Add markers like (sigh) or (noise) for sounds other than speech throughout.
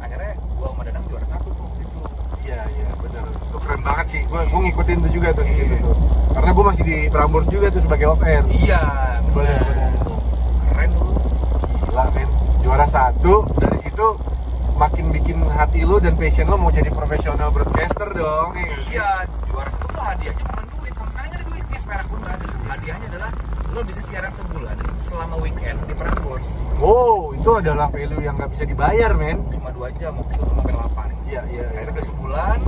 gua sama Dadang juara satu tuh waktu itu. Iya iya benar. Itu keren banget sih. Gue gue ngikutin tuh juga tuh di situ Iya. tuh. Karena gue masih di Prambors juga tuh sebagai off air. Iya, Boleh, benar. boleh. Tuh, Keren lu. Gila men. Juara satu dari situ makin bikin hati lu dan passion lu mau jadi profesional broadcaster dong. ya nggak sih? Iya, juara satu tuh hadiahnya bukan duit, sama sekali nggak ada duitnya, seperak pun nggak ada. Hadiahnya adalah lo bisa siaran sebulan selama weekend di Prambors Wow itu adalah value yang nggak bisa dibayar men. cuma dua jam waktu itu sampai delapan. Iya iya. iya. Akhirnya udah sebulan,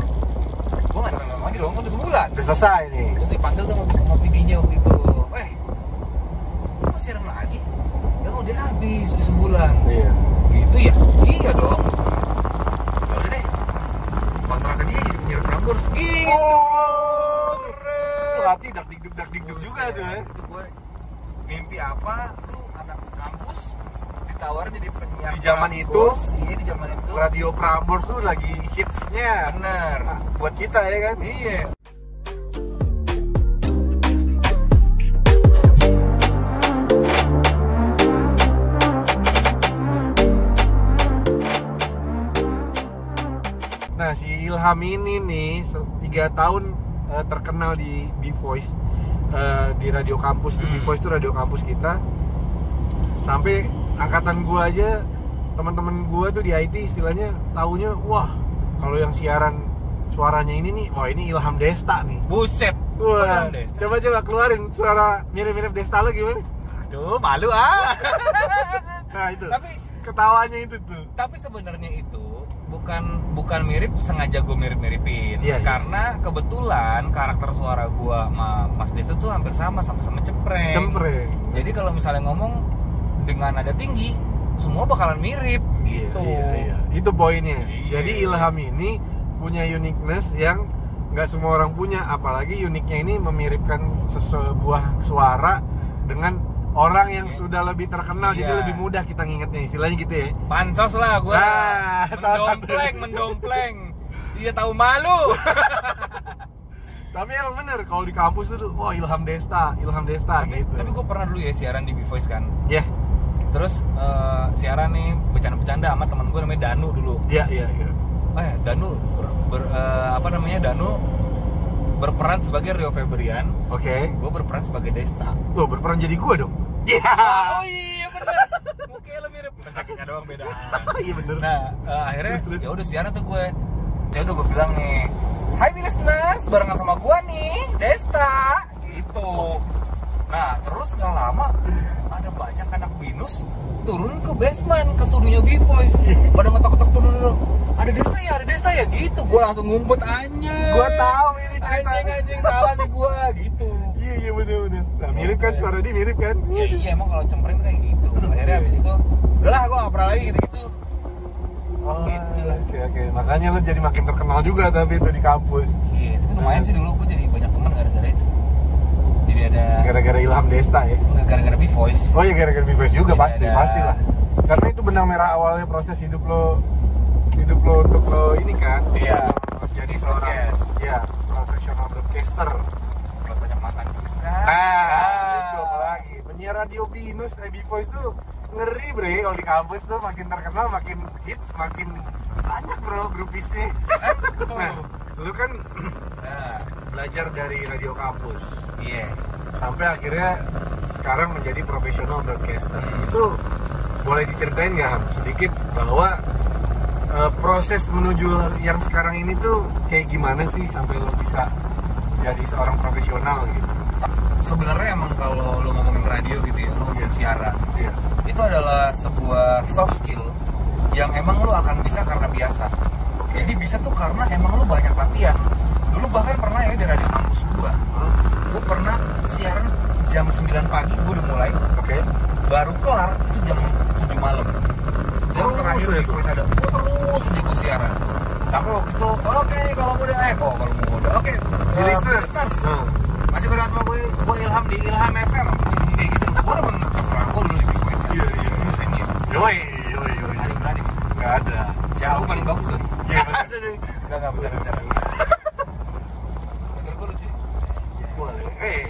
gua nggak datang lagi dong, kan udah sebulan. Udah selesai nih. terus dipanggil tuh sama- sama PD-nya waktu itu eh mau siaran lagi ya udah habis udah sebulan Iya. gitu ya iya dong ya udah deh kontrak aja jadi penyiar Prambors gitu Oh, keren. Tuh hati dak dik duk dak dik duk juga tuh. ya. itu gue mimpi apa lu anak kampus ditawarin jadi penyiar Di zaman Prambors. iya di zaman itu Radio Prambors tuh lagi hitsnya bener Nah, buat kita ya kan. iya Nah si Ilham ini nih se- tiga tahun eh, terkenal di B Voice eh, di radio kampus tuh. Hmm. B Voice itu radio kampus kita sampai angkatan gua aja teman-teman gua tuh di IT istilahnya taunya wah kalau yang siaran suaranya ini nih wah ini Ilham Desta nih buset wah Ilham Desta. coba coba keluarin suara mirip-mirip Desta lo gimana aduh malu (laughs) ah nah itu tapi ketawanya itu tuh tapi sebenarnya itu bukan bukan mirip sengaja gue mirip miripin Iya, iya. karena kebetulan karakter suara gue sama Mas Destu tuh hampir sama sama sama cepreng cempreng jadi kalau misalnya ngomong dengan nada tinggi semua bakalan mirip gitu Iya, iya. Itu poinnya. Iya. Jadi Ilham ini punya uniqueness yang nggak semua orang punya, apalagi uniknya ini memiripkan sebuah suara dengan orang yang Iya. sudah lebih terkenal, jadi Iya. lebih mudah kita ngingetnya istilahnya gitu ya. pansos lah gue Ah, salah satu. mendompleng mendompleng dia tahu (laughs) malu Tapi emang bener kalau di kampus itu, wah Ilham Desta, Ilham Desta tapi, gitu. tapi gue pernah dulu ya siaran di B Voice kan ya, terus eh, siaran nih bercanda-bercanda sama temen gue namanya Danu dulu iya, iya, iya. eh Danu ber- ber- eh, apa namanya Danu berperan sebagai Rio Febrian, Oke, gue berperan sebagai Desta. lo berperan jadi gua dong. Iya. (laughs) Oh iya bener, mukanya lo mirip. Kakinya doang beda. (laughs) Iya bener. Nah eh, akhirnya Terus, terus. ya udah siaran tuh gue. Ya udah gue bilang nih, Hai listeners, barengan sama gue nih, Desta. Gitu. Nah terus nggak lama ada banyak anak binus turun ke basement ke studionya B Voice. Pada ngetok-ngetok dulu dulu. Ada Desta ya, ada Desta ya gitu. Gue langsung ngumpet anjing. Gua tahu ini cerita. anjing anjing salah nih gue gitu. Iya, iya bener bener. Nah, mirip kan suara dia mirip kan? Ya iya emang kalau cempreng tuh kayak gitu. Akhirnya abis itu udahlah gue gak pernah lagi gitu-gitu. Oh, Gitu lah. Oke oke, makanya lo jadi makin terkenal juga tapi itu di kampus Iya, tapi lumayan sih dulu gue jadi banyak teman gara-gara itu. Jadi ada gara-gara Ilham Desta ya. nggak gara-gara B Voice. Oh iya gara-gara Bivers juga Iya, pasti ada. pasti lah. Karena itu benang merah awalnya proses hidup lo hidup lo untuk lo ini kan. Iya. Lo Jadi seorang Broadcast. ya profesional broadcaster. Nah, Kalau banyak makan juga. Ah, ah. itu apalagi penyiar radio Binus eh Bivoice tuh ngeri bre kalau di kampus tuh makin terkenal makin hits makin banyak bro grupisnya. Nah, lu kan Nah, belajar dari radio kampus. Iya. sampai akhirnya sekarang menjadi profesional broadcaster itu boleh diceritain nggak Ham sedikit bahwa eh, proses menuju yang sekarang ini tuh kayak gimana sih sampai lo bisa jadi seorang profesional gitu Sebenarnya emang kalau lo ngomongin radio gitu ya, lo ngomongin siaran, iya itu adalah sebuah soft skill yang emang lo akan bisa karena biasa. Jadi bisa tuh karena emang lo banyak latihan. Dulu bahkan pernah ya di radio kampus gua, gue pernah siaran jam 9 pagi gue udah mulai oke baru kelar itu jam 7 malam jam Terus terakhir ya? di voice ada gue terus aja gue siaran sampai waktu itu oke kalau mau udah eh kok kalau mau udah oke Di eh, listeners listeners, Nah, masih berdua sama gue gue ilham di ilham fm kayak gitu gue udah bener terserah gue dulu di big voice kan Iya, iya. Gue senior yoi yoi yoi paling berani nggak ada jauh paling bagus lagi (laughs) Iya. nggak nggak bercanda bercanda senior gue lucu boleh eh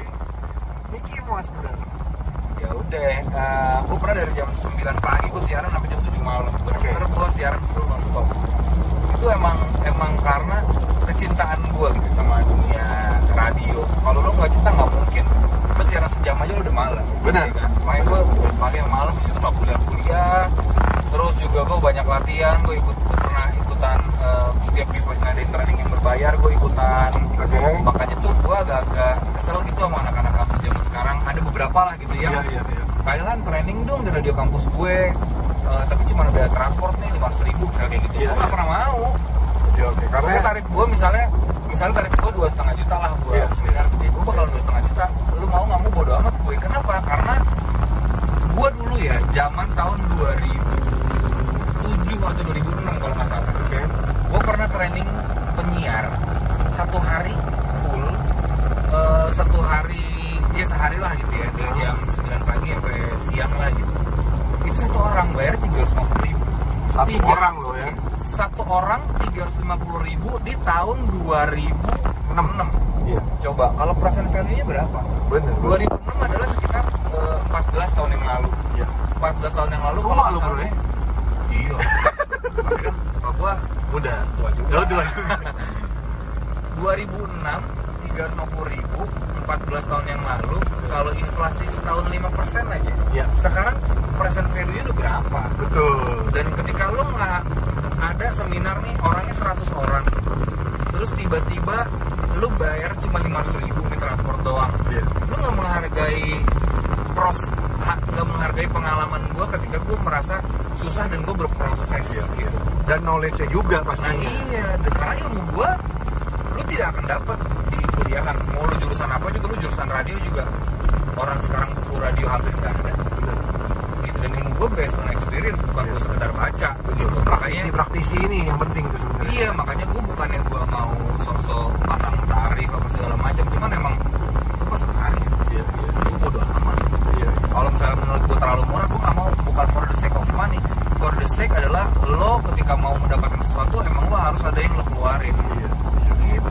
Mickey Mouse bro ya udah eh, gue pernah dari jam 9 pagi gue siaran sampai jam 7 malam Oke. bener-bener gue siaran full non stop karena kecintaan gue gitu sama dunia radio kalau lo nggak cinta nggak mungkin terus siaran sejam aja lo udah males Benar. Ya kan? main gue pagi yang malam itu nggak kuliah kuliah terus juga gue banyak latihan gue ikut pernah ikutan eh, setiap device yang ada yang training yang berbayar gue ikutan Oke. makanya tuh gue agak-agak kesel gitu sama anak-anak kampus zaman sekarang ada beberapa lah gitu yang Iya, iya, iya. Thailand training dong di radio kampus gue Eh, tapi cuma ada transport nih lima ribu misalnya kayak gitu Iya, gue nggak iya. pernah mau Oke, oke. Karena karena tarif gue misalnya misalnya tarif gue dua setengah juta lah gue Iya. seminar gitu ya gue bakal dua setengah juta lu mau nggak mau bodo amat gue kenapa karena gue dulu ya zaman tahun 2007 atau 2006 kalau nggak salah oke. gue pernah training penyiar satu hari full eh, satu hari ya sehari lah gitu ya dari jam 9 pagi sampai siang lah gitu itu satu orang bayar 350 ribu Satu orang loh ya. satu orang 350 ribu di tahun 2006 Iya. coba kalau persen value nya berapa Benar. 2006 adalah sekitar eh, 14 tahun yang lalu Iya. 14 tahun yang lalu Tua kalau lu, Bro, misalnya ya? iya (laughs) tapi kan bapak gua Ya, Udah. tua juga Lo dua. 2006 350 ribu 14 tahun yang lalu kalau inflasi setahun 5 aja Iya. sekarang present value udah berapa Betul. dan ketika lo nggak ada seminar nih orangnya 100 orang terus tiba-tiba lo bayar cuma 500 ribu di transport doang Iya. lo nggak menghargai pros ha- nggak menghargai pengalaman gue ketika gue merasa susah dan gue berproses Iya, iya. gitu Dan knowledge-nya juga Nah pastinya. iya, dan karena ilmu gua lu tidak akan dapat di kuliahan. Mau lu jurusan apa juga, lu jurusan radio juga. Orang sekarang buku radio hampir nggak ada. Benar. Gitu dan ilmu gua based on experience, bukan Iya. gua sekedar baca. Begitu. Praktisi Makanya praktisi ini yang penting tuh sebenarnya. iya, makanya gua bukannya gua mau sosok pasang tarif apa segala macam. Cuman emang gua pasang tarif. Iya. Iya. Gua bodo amat. Iya. Kalau misalnya menurut gua terlalu murah, gua nggak mau. Bukan for the sake of money. For the sake adalah lo ketika mau mendapatkan sesuatu, emang lo harus ada yang lo keluarin. Iya. Gitu.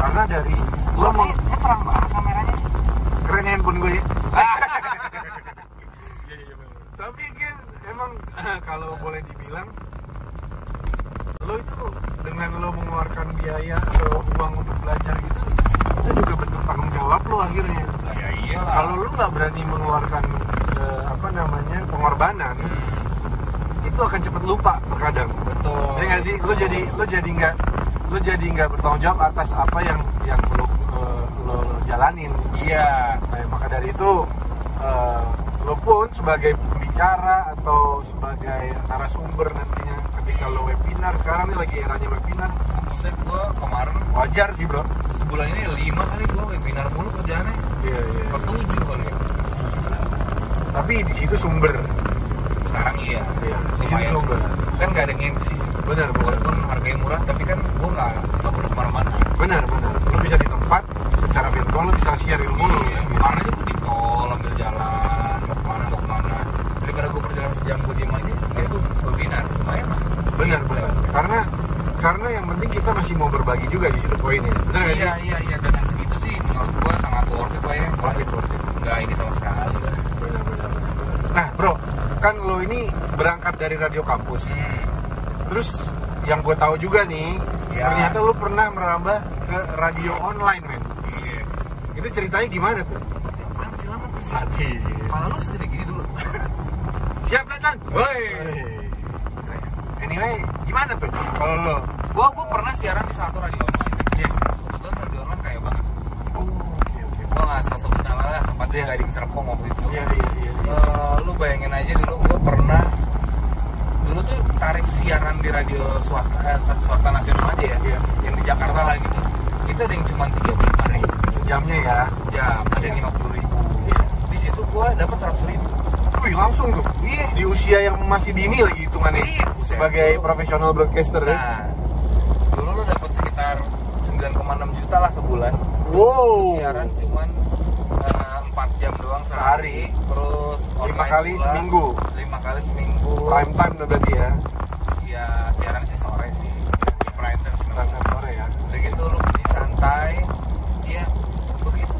Karena dari lo Lo mau terang banget kameranya. keren handphone Iya, gue ya. (laughs) Tapi kan emang (laughs) kalau boleh dibilang lo itu dengan lo mengeluarkan biaya atau uang untuk belajar gitu itu juga bentuk tanggung jawab lo akhirnya. Ya iyalah. Kalau lo nggak berani mengeluarkan eh, apa namanya pengorbanan itu akan cepet lupa terkadang. betul. Ya nggak sih, lo jadi lo jadi nggak lo jadi nggak bertanggung jawab atas apa yang yang lo eh, lo jalanin. Iya. Nah, maka dari itu eh, lo pun sebagai pembicara atau sebagai narasumber nantinya ketika lo webinar sekarang ini lagi eranya webinar Buset gua kemarin wajar sih bro. bulan ini lima kali gua webinar mulu kerjaannya. Iya iya. Per tujuh kali ya. Tapi di situ sumber. Sekarang iya. Iya. Di situ Lumayan. sumber. Kan nggak ada MC. Benar benar Walaupun harganya murah, tapi kan gua nggak nggak perlu kemana-mana. benar benar. Lo bisa di tempat secara virtual lo bisa share ilmu lo. ya. Iya. Kemarin aja gua di tol ambil jalan mau kemana mau kemana. Daripada gua perjalanan sejam gua diem aja, kan gua webinar lumayan lah. Benar benar. Karena karena yang penting kita masih mau berbagi juga di situ poinnya. Benar nggak Iya sih? iya iya dengan segitu sih menurut gua sangat worth it lah ya. Worth it, worth it. Nggak ini sama sekali lah. Benar, benar, benar, benar. Nah bro, kan lo ini berangkat dari radio kampus. Terus yang gue tahu juga nih, Iya. ternyata lo pernah merambah ke radio online men. Iya. Itu ceritanya gimana tuh? Apaan sih lama sih? Sadis. Kepala lu segede gini dulu. Siap Nathan? Woi. Anyway, gimana tuh kalau lo? Iya. Gua gua pernah siaran di satu radio online. Kebetulan radio online kaya banget. Oh, oke, oke. Gua nggak usah sebut nama lah tempatnya Iya. Gading Serpong waktu itu. Iya, iya, iya. iya. Eh, lu bayangin aja dulu gua pernah dulu tuh tarif siaran di radio swasta eh, swasta nasional aja ya Iya. yang di Jakarta lah gitu itu ada yang cuma tiga puluh ribu Jamnya ya. jam ada yang lima puluh ribu Iya. di situ gua dapat seratus ribu Wih, langsung tuh. iya Di usia yang masih dini lagi hitungannya. Iya, buset. Sebagai profesional broadcaster ya. Nah, dulu lo dapat sekitar 9,6 juta lah sebulan. Terus Wow. lu siaran cuman eh, 4 jam doang sehari. Terus Lima online kali pula. seminggu. Lima kali seminggu. Prime time tuh berarti ya. Ya siaran sih sore sih. Di prime time sih. Berangkat sore ya. Udah gitu lo beli santai. Iya, begitu.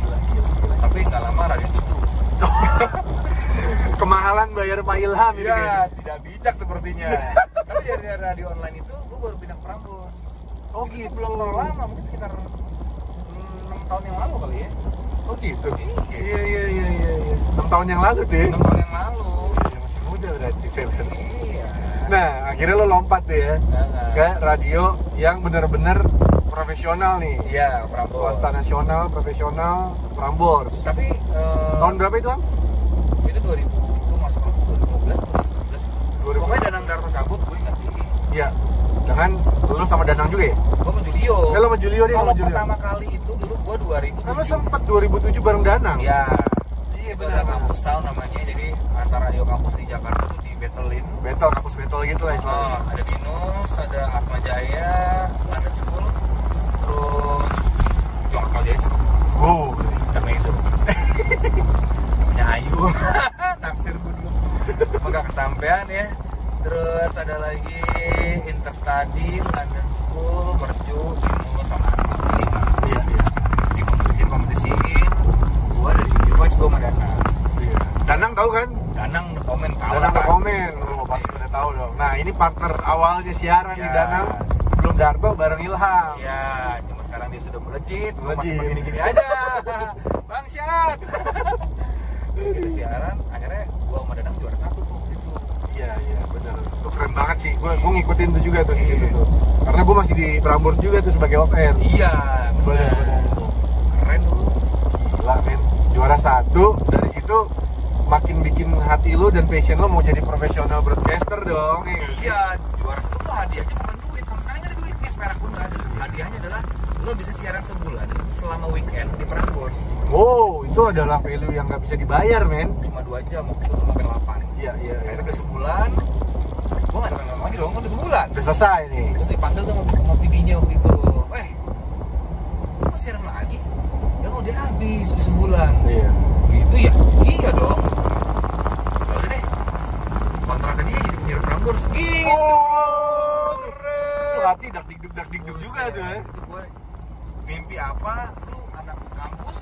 Gila, gila, gila. Tapi nggak lama radio tutup. Kemahalan bayar Pak Ilham ini Iya, kayaknya. (laughs) tidak bijak sepertinya. Tapi dari radio online itu gue baru pindah ke Prambors. Oh, Itu gitu. Belum terlalu lama, mungkin sekitar mm, 6 tahun yang lalu kali ya. Oh gitu. Iya. Iya iya iya iya. iya. Enam tahun yang lalu tuh. Ya. 6 tahun yang lalu. Iya, masih muda berarti. saya lihat. Iya. Nah akhirnya lo lompat deh ya Nah, ke radio yang benar-benar profesional nih. Iya, Prambors. Swasta nasional, profesional, Prambors. Tapi eh, Tahun berapa itu, Am? itu 2000 gue masuk ke 2015 atau 2016. 2000. Pokoknya Danang Darto cabut gue ingat ini. Iya. Dengan lu sama Danang juga ya? Gue sama Julio. Eh, lo sama Julio deh, Kalau sama Julio. pertama kali itu dulu gue 2000. Kan lo sempet 2007 bareng Danang. Iya. Iya, itu benar. ada kampus sound namanya. Jadi antara radio kampus di Jakarta tuh di Battle-in. Battle, kampus battle gitu lah Oh, istilahnya. ada Binus, ada Atma Jaya, London School, terus John Jaya juga Wow. Intermezzo. Namanya Ayu. (laughs) Naksir gue dulu. Cuma gak kesampean ya. Terus ada lagi Interstudy, London School, Mercu, Binus, sama Atma. Ini mah Iya, iya. Dikompetisi-kompetisiin. Gue dari Indie Voice, gue sama Danang. Iya. Danang tahu kan? Danang komen tahu Danang pasti. komen. Oh, pasti udah tahu dong. Nah, ini partner awalnya siaran nih Iya. Danang. Sebelum Darto bareng Ilham. Iya, cuma sekarang dia sudah melejit, gua masih Melejit. begini-gini aja. (laughs) Bangsat. Gitu siaran, akhirnya gua sama Danang juara satu tuh waktu itu. Iya, iya, benar. Itu keren banget sih. Gue gue ngikutin tuh juga tuh di situ tuh. Karena gue masih di Prambors juga tuh sebagai off air. Iya, Benar, benar. benar. Keren dulu. Gila, men. Juara satu dari situ makin bikin hati lu dan passion lu mau jadi profesional broadcaster dong. Iya. nggak sih? Iya, juara satu tuh hadiahnya bukan duit, sama sekali nggak ada duitnya, seperak pun nggak ada. Hadiahnya adalah lo bisa siaran sebulan selama weekend di Prambors Wow, itu adalah value yang nggak bisa dibayar, men. cuma dua jam waktu itu sampai delapan. Iya, iya. iya. Akhirnya udah sebulan, gua nggak datang lagi dong, kan udah sebulan. Udah selesai nih. terus dipanggil tuh sama- sama PD-nya waktu itu eh kok siaran lagi ya udah habis udah sebulan Iya. gitu ya iya dong Ya udah deh kontrak aja jadi penyiar Prambors gitu Oh, keren. Tuh hati dak digduk dak digduk juga tuh. ya. itu gue mimpi apa lu anak kampus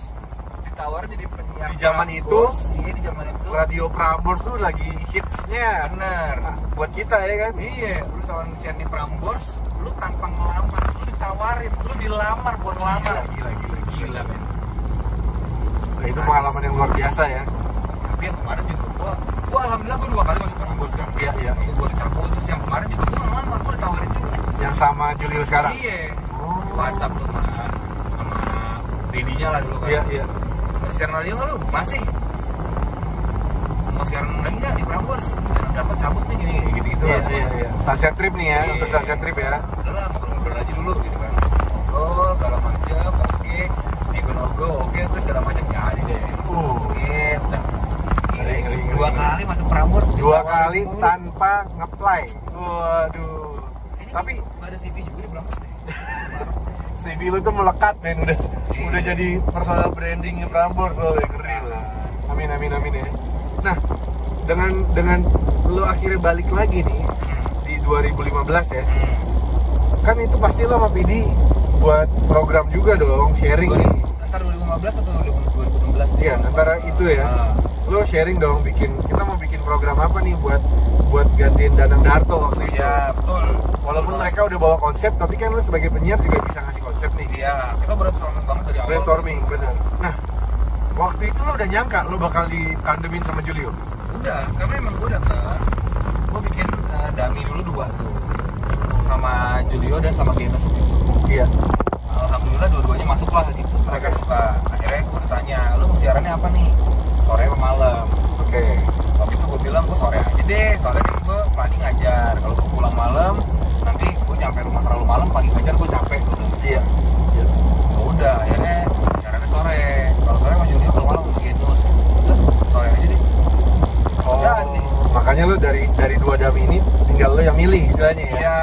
ditawarin jadi penyiar Di zaman Prambors. iya di zaman itu Radio Prambors tuh lagi hitsnya bener Nah, buat kita ya kan. Iya, lu tawarin siaran di Prambors, lu tanpa ngelamar, lu ditawarin, lu dilamar buat ngelamar. gila, gila, Gila, men. Nah, itu pengalaman yang luar biasa ya. tapi yang kemarin juga gua gua alhamdulillah gua dua kali masuk Prambors kan Iya, iya. Waktu gua di Cirebon terus yang kemarin juga gua ngelamar gua ditawarin juga Yang sama Julio sekarang. iya Oh. di WhatsApp tuh sama sama Dedinya lah dulu kan Iya, iya. masih siaran radio nggak lu masih mau siaran lagi nggak di Prambors dan dapat cabut nih gini gitu gitu Iya, iya, iya. Sunset trip nih ya, Iya. untuk sunset trip ya. udah lah ngobrol-ngobrol aja dulu gitu kan ngobrol segala macam oke nego-nego oke oke segala macam jadi deh Uh, gitu Ngeri, ngeri, ngeri. dua kali masuk Prambors dua ditawarin kali mulu. tanpa ngeplay. Waduh. Kayaknya Tapi nggak ada CV juga di Prambors deh. CV lu tuh melekat men udah Iya. udah jadi personal branding Prambors soalnya keren lah. Amin amin amin ya. Nah dengan dengan lu akhirnya balik lagi nih di 2015 ya kan itu pasti lo sama PD buat program juga dong sharing nih. Antara 2015 atau 2016 Iya, antara itu ya. Ah. Nah, Lo sharing dong bikin kita mau bikin program apa nih buat buat gantiin Danang Darto waktu itu. Iya, betul. Walaupun mereka udah bawa konsep, tapi kan lo sebagai penyiar juga bisa ngasih konsep nih. Iya, kita brainstorming banget dari awal. brainstorming bener nah waktu itu lo udah nyangka lo bakal ditandemin sama Julio Udah, karena emang gue datang, gue bikin eh, dummy dulu dua tuh sama Julio dan sama Genus waktu itu. iya Alhamdulillah dua-duanya masuk lah gitu. Mereka suka. Akhirnya gue ditanya, lu mau siarannya apa nih? Sore apa malam? oke waktu itu gue bilang gue sore aja deh soalnya kan gue pagi ngajar kalau gue pulang malam nanti gue nyampe rumah terlalu malam pagi ngajar gue capek Gua bilang, iya "Oh, udah akhirnya siarannya sore kalau sore mau Julio kalau malam gitu udah sore aja deh oh Udah, nih. makanya lo dari dari dua dam ini tinggal lo yang milih istilahnya ya iya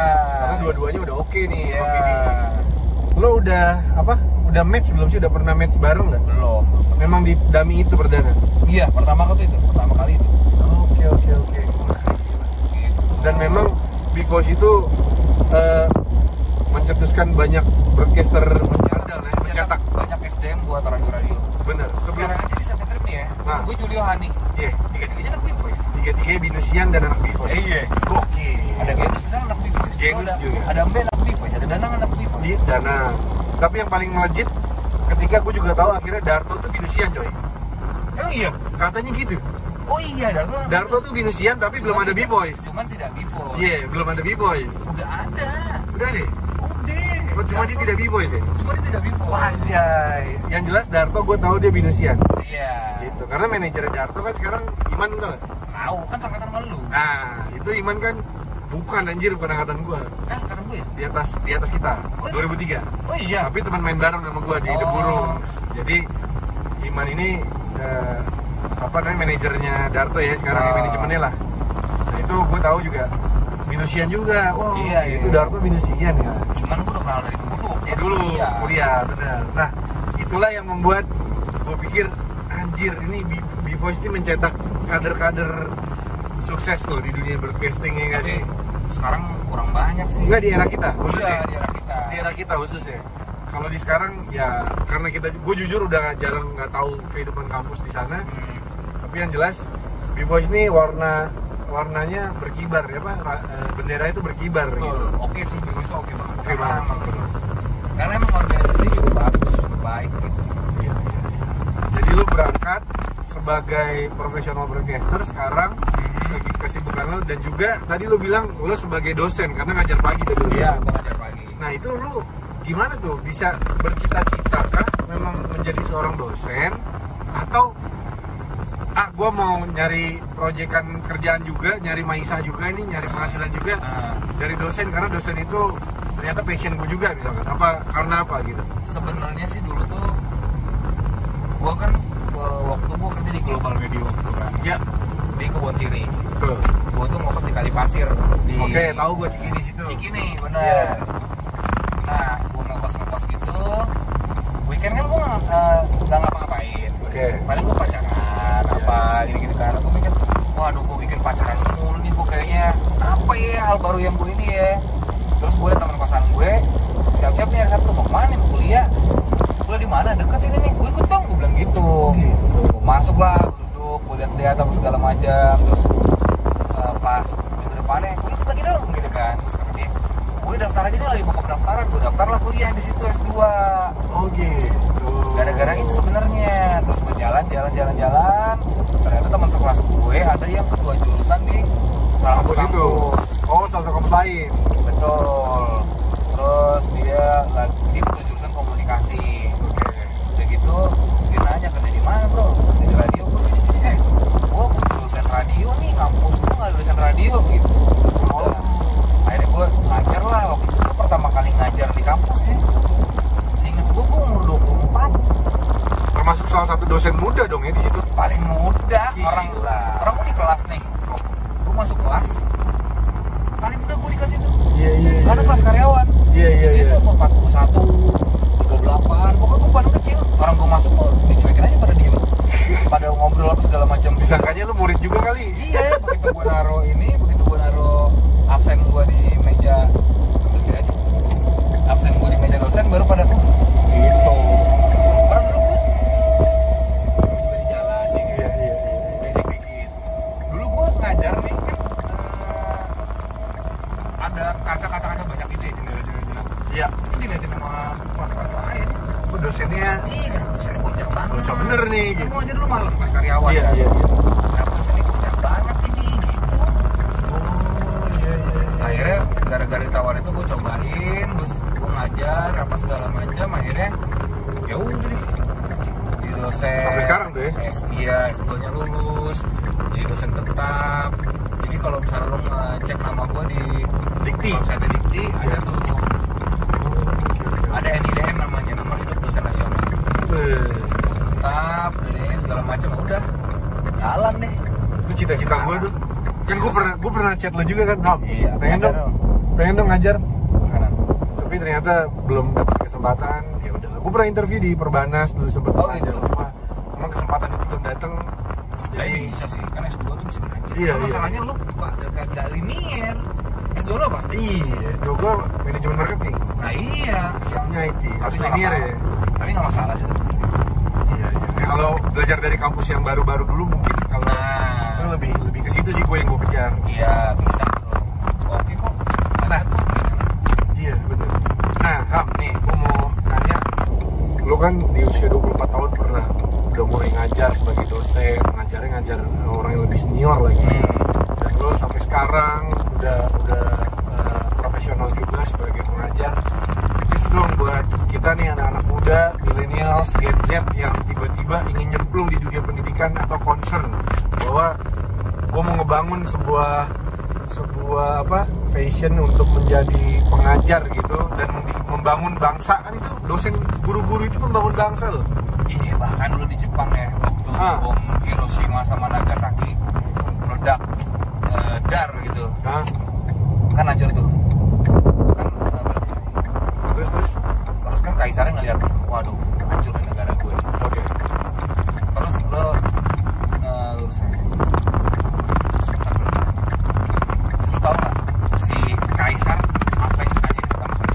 karena dua-duanya udah oke nih iya sama PD. lo udah apa udah match belum sih udah pernah match bareng nggak belum memang di dami itu perdana iya pertama kali itu pertama kali itu oke oke oke Gitu. dan memang Big Voice itu eh, mencetuskan banyak broadcaster bercadar ya mencetak banyak SDM buat radio radio bener sebelum sekarang aja di sunset trip nih ya Nah. gue Julio Hani iya tiga-tiganya kan Wipers tiga-tiga binusian dan anak Bifos Iya. Eh, gokil ada Genus di sana Genus ada, juga. Iya. ada band anak Device, ada Danang anak Device. di Danang tapi yang paling melejit ketika gue juga tahu akhirnya Darto tuh binusian coy Oh, Emang iya? katanya gitu Oh iya, Darto. anak Darto Device. tuh binusian tapi belum Cuman ada tidak- B-Boys Cuman tidak B-Boys. iya belum ada B-Boys Udah ada. udah deh Udah. Oh, cuma dia Darto- tidak B-Boys ya Cuma dia tidak B-Boys. Wajay yang jelas Darto gue tahu dia binusian Iya. gitu karena manajer Darto kan sekarang Iman udah nggak? Tahu kan sangkatan sama lu. nah itu Iman kan bukan anjir bukan angkatan gue Eh, kata gue ya? di atas di atas kita Oh, 2003 Oh iya. tapi teman main bareng sama gue di The Oh. Burung jadi Iman ini eh, apa namanya manajernya Darto ya sekarang ya, Ah. manajemennya lah nah itu gue tahu juga minusian juga wow Iya, itu iya. Darto minusian ya Iman gue udah kenal dari dulu. ya dulu Iya. kuliah benar nah itulah yang membuat gue pikir anjir ini B- B-Voice ini mencetak kader-kader sukses loh di dunia broadcasting ya nggak Tapi sih sekarang kurang banyak sih. enggak di era kita Iya, khususnya di era kita. di era kita khususnya kalau di sekarang ya karena kita gue jujur udah jarang nggak tahu kehidupan kampus di sana Hmm. tapi yang jelas B-Voice ini warna warnanya berkibar ya pak bendera itu berkibar Betul. gitu Oke sih, gue itu oke banget. Oke banget. Karena emang- Karena emang organisasi juga bagus, juga baik gitu. Iya, iya, iya. jadi lu berangkat sebagai profesional broadcaster sekarang lagi kesibukan lu dan juga tadi lu bilang lu sebagai dosen karena ngajar pagi tadi lu Iya, bilang. gue ngajar pagi. Nah itu lu gimana tuh bisa bercita-cita kah memang menjadi seorang dosen atau ah gua mau nyari proyekan kerjaan juga nyari maisah juga nih nyari penghasilan juga Nah, dari dosen karena dosen itu ternyata passion gue juga misalkan apa karena apa gitu sebenarnya sih dulu tuh gue kan eh, waktu gue kerja di Global Radio waktu itu kan ya di Kebon Siri. betul Gue tuh ngokos di Kali Pasir di oke tahu gue cikini situ Cikini, bener. Iya. Nah, gue ngokos-ngokos gitu. Weekend kan gue nggak nggak ngapa-ngapain. oke Iya. paling gue pacaran apa gini gitu kan aku mikir waduh gue bikin pacaran mulu nih gue kayaknya apa ya hal baru yang gue ini ya terus gue liat teman kosan gue siap-siap nih hari sabtu mau kemana nih mau kuliah kuliah di mana dekat sini nih gue ikut dong gue bilang gitu Gitu. gue masuk lah gue duduk gue lihat-lihat apa segala macam terus eh, pas minggu depannya gue ikut lagi dong gitu kan terus kata dia gue daftar aja nih lagi mau pendaftaran gue daftar lah kuliah di situ S2 oh gitu gara-gara itu sebenarnya terus berjalan jalan jalan jalan ternyata teman sekelas gue ada yang kedua jurusan di salah satu kampus itu kampus oh salah satu kampus lain betul terus dia lagi dia kedua jurusan komunikasi oke udah gitu dia nanya kerja di mana bro kerja di radio bro ini gini eh gue butuh dosen radio nih kampus gue nggak ada dosen radio gitu oh, akhirnya gue ngajar lah waktu itu gue pertama kali ngajar di kampus ya seingat gue gue umur 24 termasuk salah satu dosen muda dong ya di situ paling mudah Gila. orang orang gue di kelas nih gue masuk kelas paling mudah gue dikasih tuh iya iya karena kelas karyawan iya di situ gua 41 38 pokoknya gue paling kecil orang gue masuk kok dicuekin aja pada (laughs) diem pada ngobrol apa segala macam disangkanya lu murid juga kali iya begitu gue naro ini begitu gue naro absen gue di meja ambil kiri aja absen gue di meja dosen baru pada oh, gitu orang dulu gue juga di jalan ya kan? iya iya basic dikit gitu. dulu gue ngajar nih kan eh, ada kaca-kaca kaca banyak gitu ya jendela-jendela iya itu dilihatin sama kelas-kelas lain kok dosennya ih kan dosennya bocah banget Bocah bener nih, kan gitu. gue ngajar dulu malam kelas karyawan iya kan iya iya nah dosennya bocah banget ini gitu oh iya iya akhirnya gara-gara ditawarin itu gue cobain terus gue ngajar apa segala macam akhirnya ya udah deh jadi dosen Sampai sekarang tuh ya? S, iya S2 nya lulus jadi dosen tetap jadi kalau misalnya lo ngecek nama gue di Dikti. Iya. website Dikti ada tuh ada NIDN namanya nomor hidup dosen nasional Eh, tetap jadi segala macam ya udah jalan deh itu cita-cita gue tuh kan gue pernah gue pernah chat lo juga kan Ham Iya, pengen ngajar dong dong. pengen dong ngajar sekarang tapi ternyata belum dapet kesempatan ya udah gue pernah interview di Perbanas dulu sempet Oh, ngajar gitu. cuma emang kesempatan itu belum datang Ya ini bisa sih, karena S2 tuh bisa ngajar. Iya, Cuma iya. Masalahnya lu kok agak agak linier. S2 lu apa? iya S2 gue manajemen marketing Nah iya. Siapnya IT, harus nggak linear masalah. Nah. ya. Tapi nggak masalah sih. Iya, iya. Nah, kalau belajar dari kampus yang baru-baru dulu mungkin kalau Nah. itu lebih lebih ke situ sih gue yang gue kejar. Iya bisa. Oke kok. Nah, tuh Nah, kan di usia 24 tahun pernah udah mulai ngajar sebagai dosen ngajarnya ngajar orang yang lebih senior lagi Hmm. dan lo sampai sekarang udah udah eh, profesional juga sebagai pengajar tips dong buat kita nih anak-anak muda millennials Gen Z yang tiba-tiba ingin nyemplung di dunia pendidikan atau concern bahwa gue mau ngebangun sebuah sebuah apa passion untuk menjadi pengajar gitu dan membi- membangun bangsa kan itu dosen guru-guru itu membangun bangsa loh Iya bahkan dulu di Jepang ya waktu Ah. bom Hiroshima sama Nagasaki meledak eh, dar gitu nah kan hancur tuh kan eh, meledak. terus terus terus kan kaisarnya ngeliat waduh hancur nih negara gue oke terus lo eh, lurus aja. Terus bentar dulu. Terus lo tau nggak si kaisar apa yang ditanya pertama kali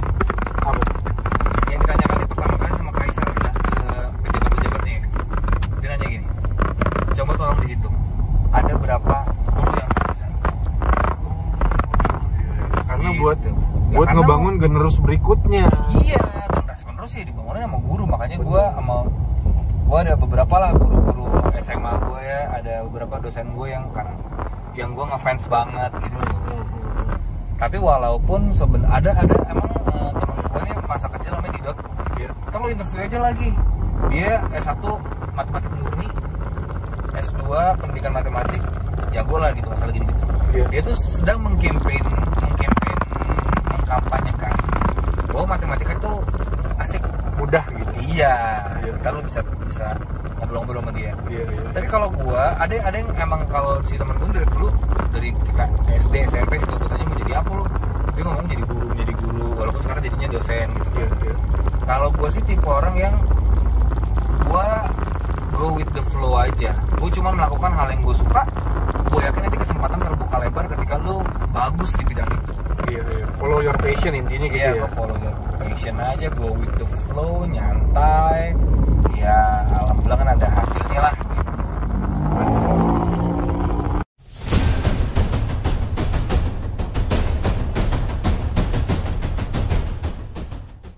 apa yang ditanya kali pertama kali sama kaisar adalah eh, pejabat-pejabatnya dia nanya gini coba tolong dihitung ada berapa guru yang berpisah karena Gitu. buat Ya, buat karena ngebangun generus berikutnya iya generasi menerus ya dibangunnya sama guru makanya gue sama gue ada beberapa lah guru-guru SMA gue ya ada beberapa dosen gue yang kan yang gue ngefans banget gitu tapi walaupun seben ada ada emang eh, temen gue nih masa kecil namanya Didot Iya. Ntar lu interview aja lagi dia S1 matematik murni S2 pendidikan matematik jago lah gitu masalah gini gitu Iya. dia tuh sedang mengkampanye mengkampanye mengkampanyekan kan, bahwa matematika tuh asik mudah gitu iya Iya. ntar lu bisa bisa ngobrol-ngobrol sama dia iya iya tapi kalau gua ada ada yang emang kalau si temen gue dari dulu dari kita SD SMP gitu gue tanya mau jadi apa lo dia ngomong jadi guru menjadi guru walaupun sekarang jadinya dosen gitu iya iya kalau gue sih tipe orang yang gue go with the flow aja gue cuma melakukan hal yang gue suka gue yakin nanti kesempatan terbuka lebar ketika lo bagus di bidang itu iya iya follow your passion intinya gitu Iya, ya gue follow your passion aja go with the flow nyantai ya alhamdulillah kan ada hasilnya lah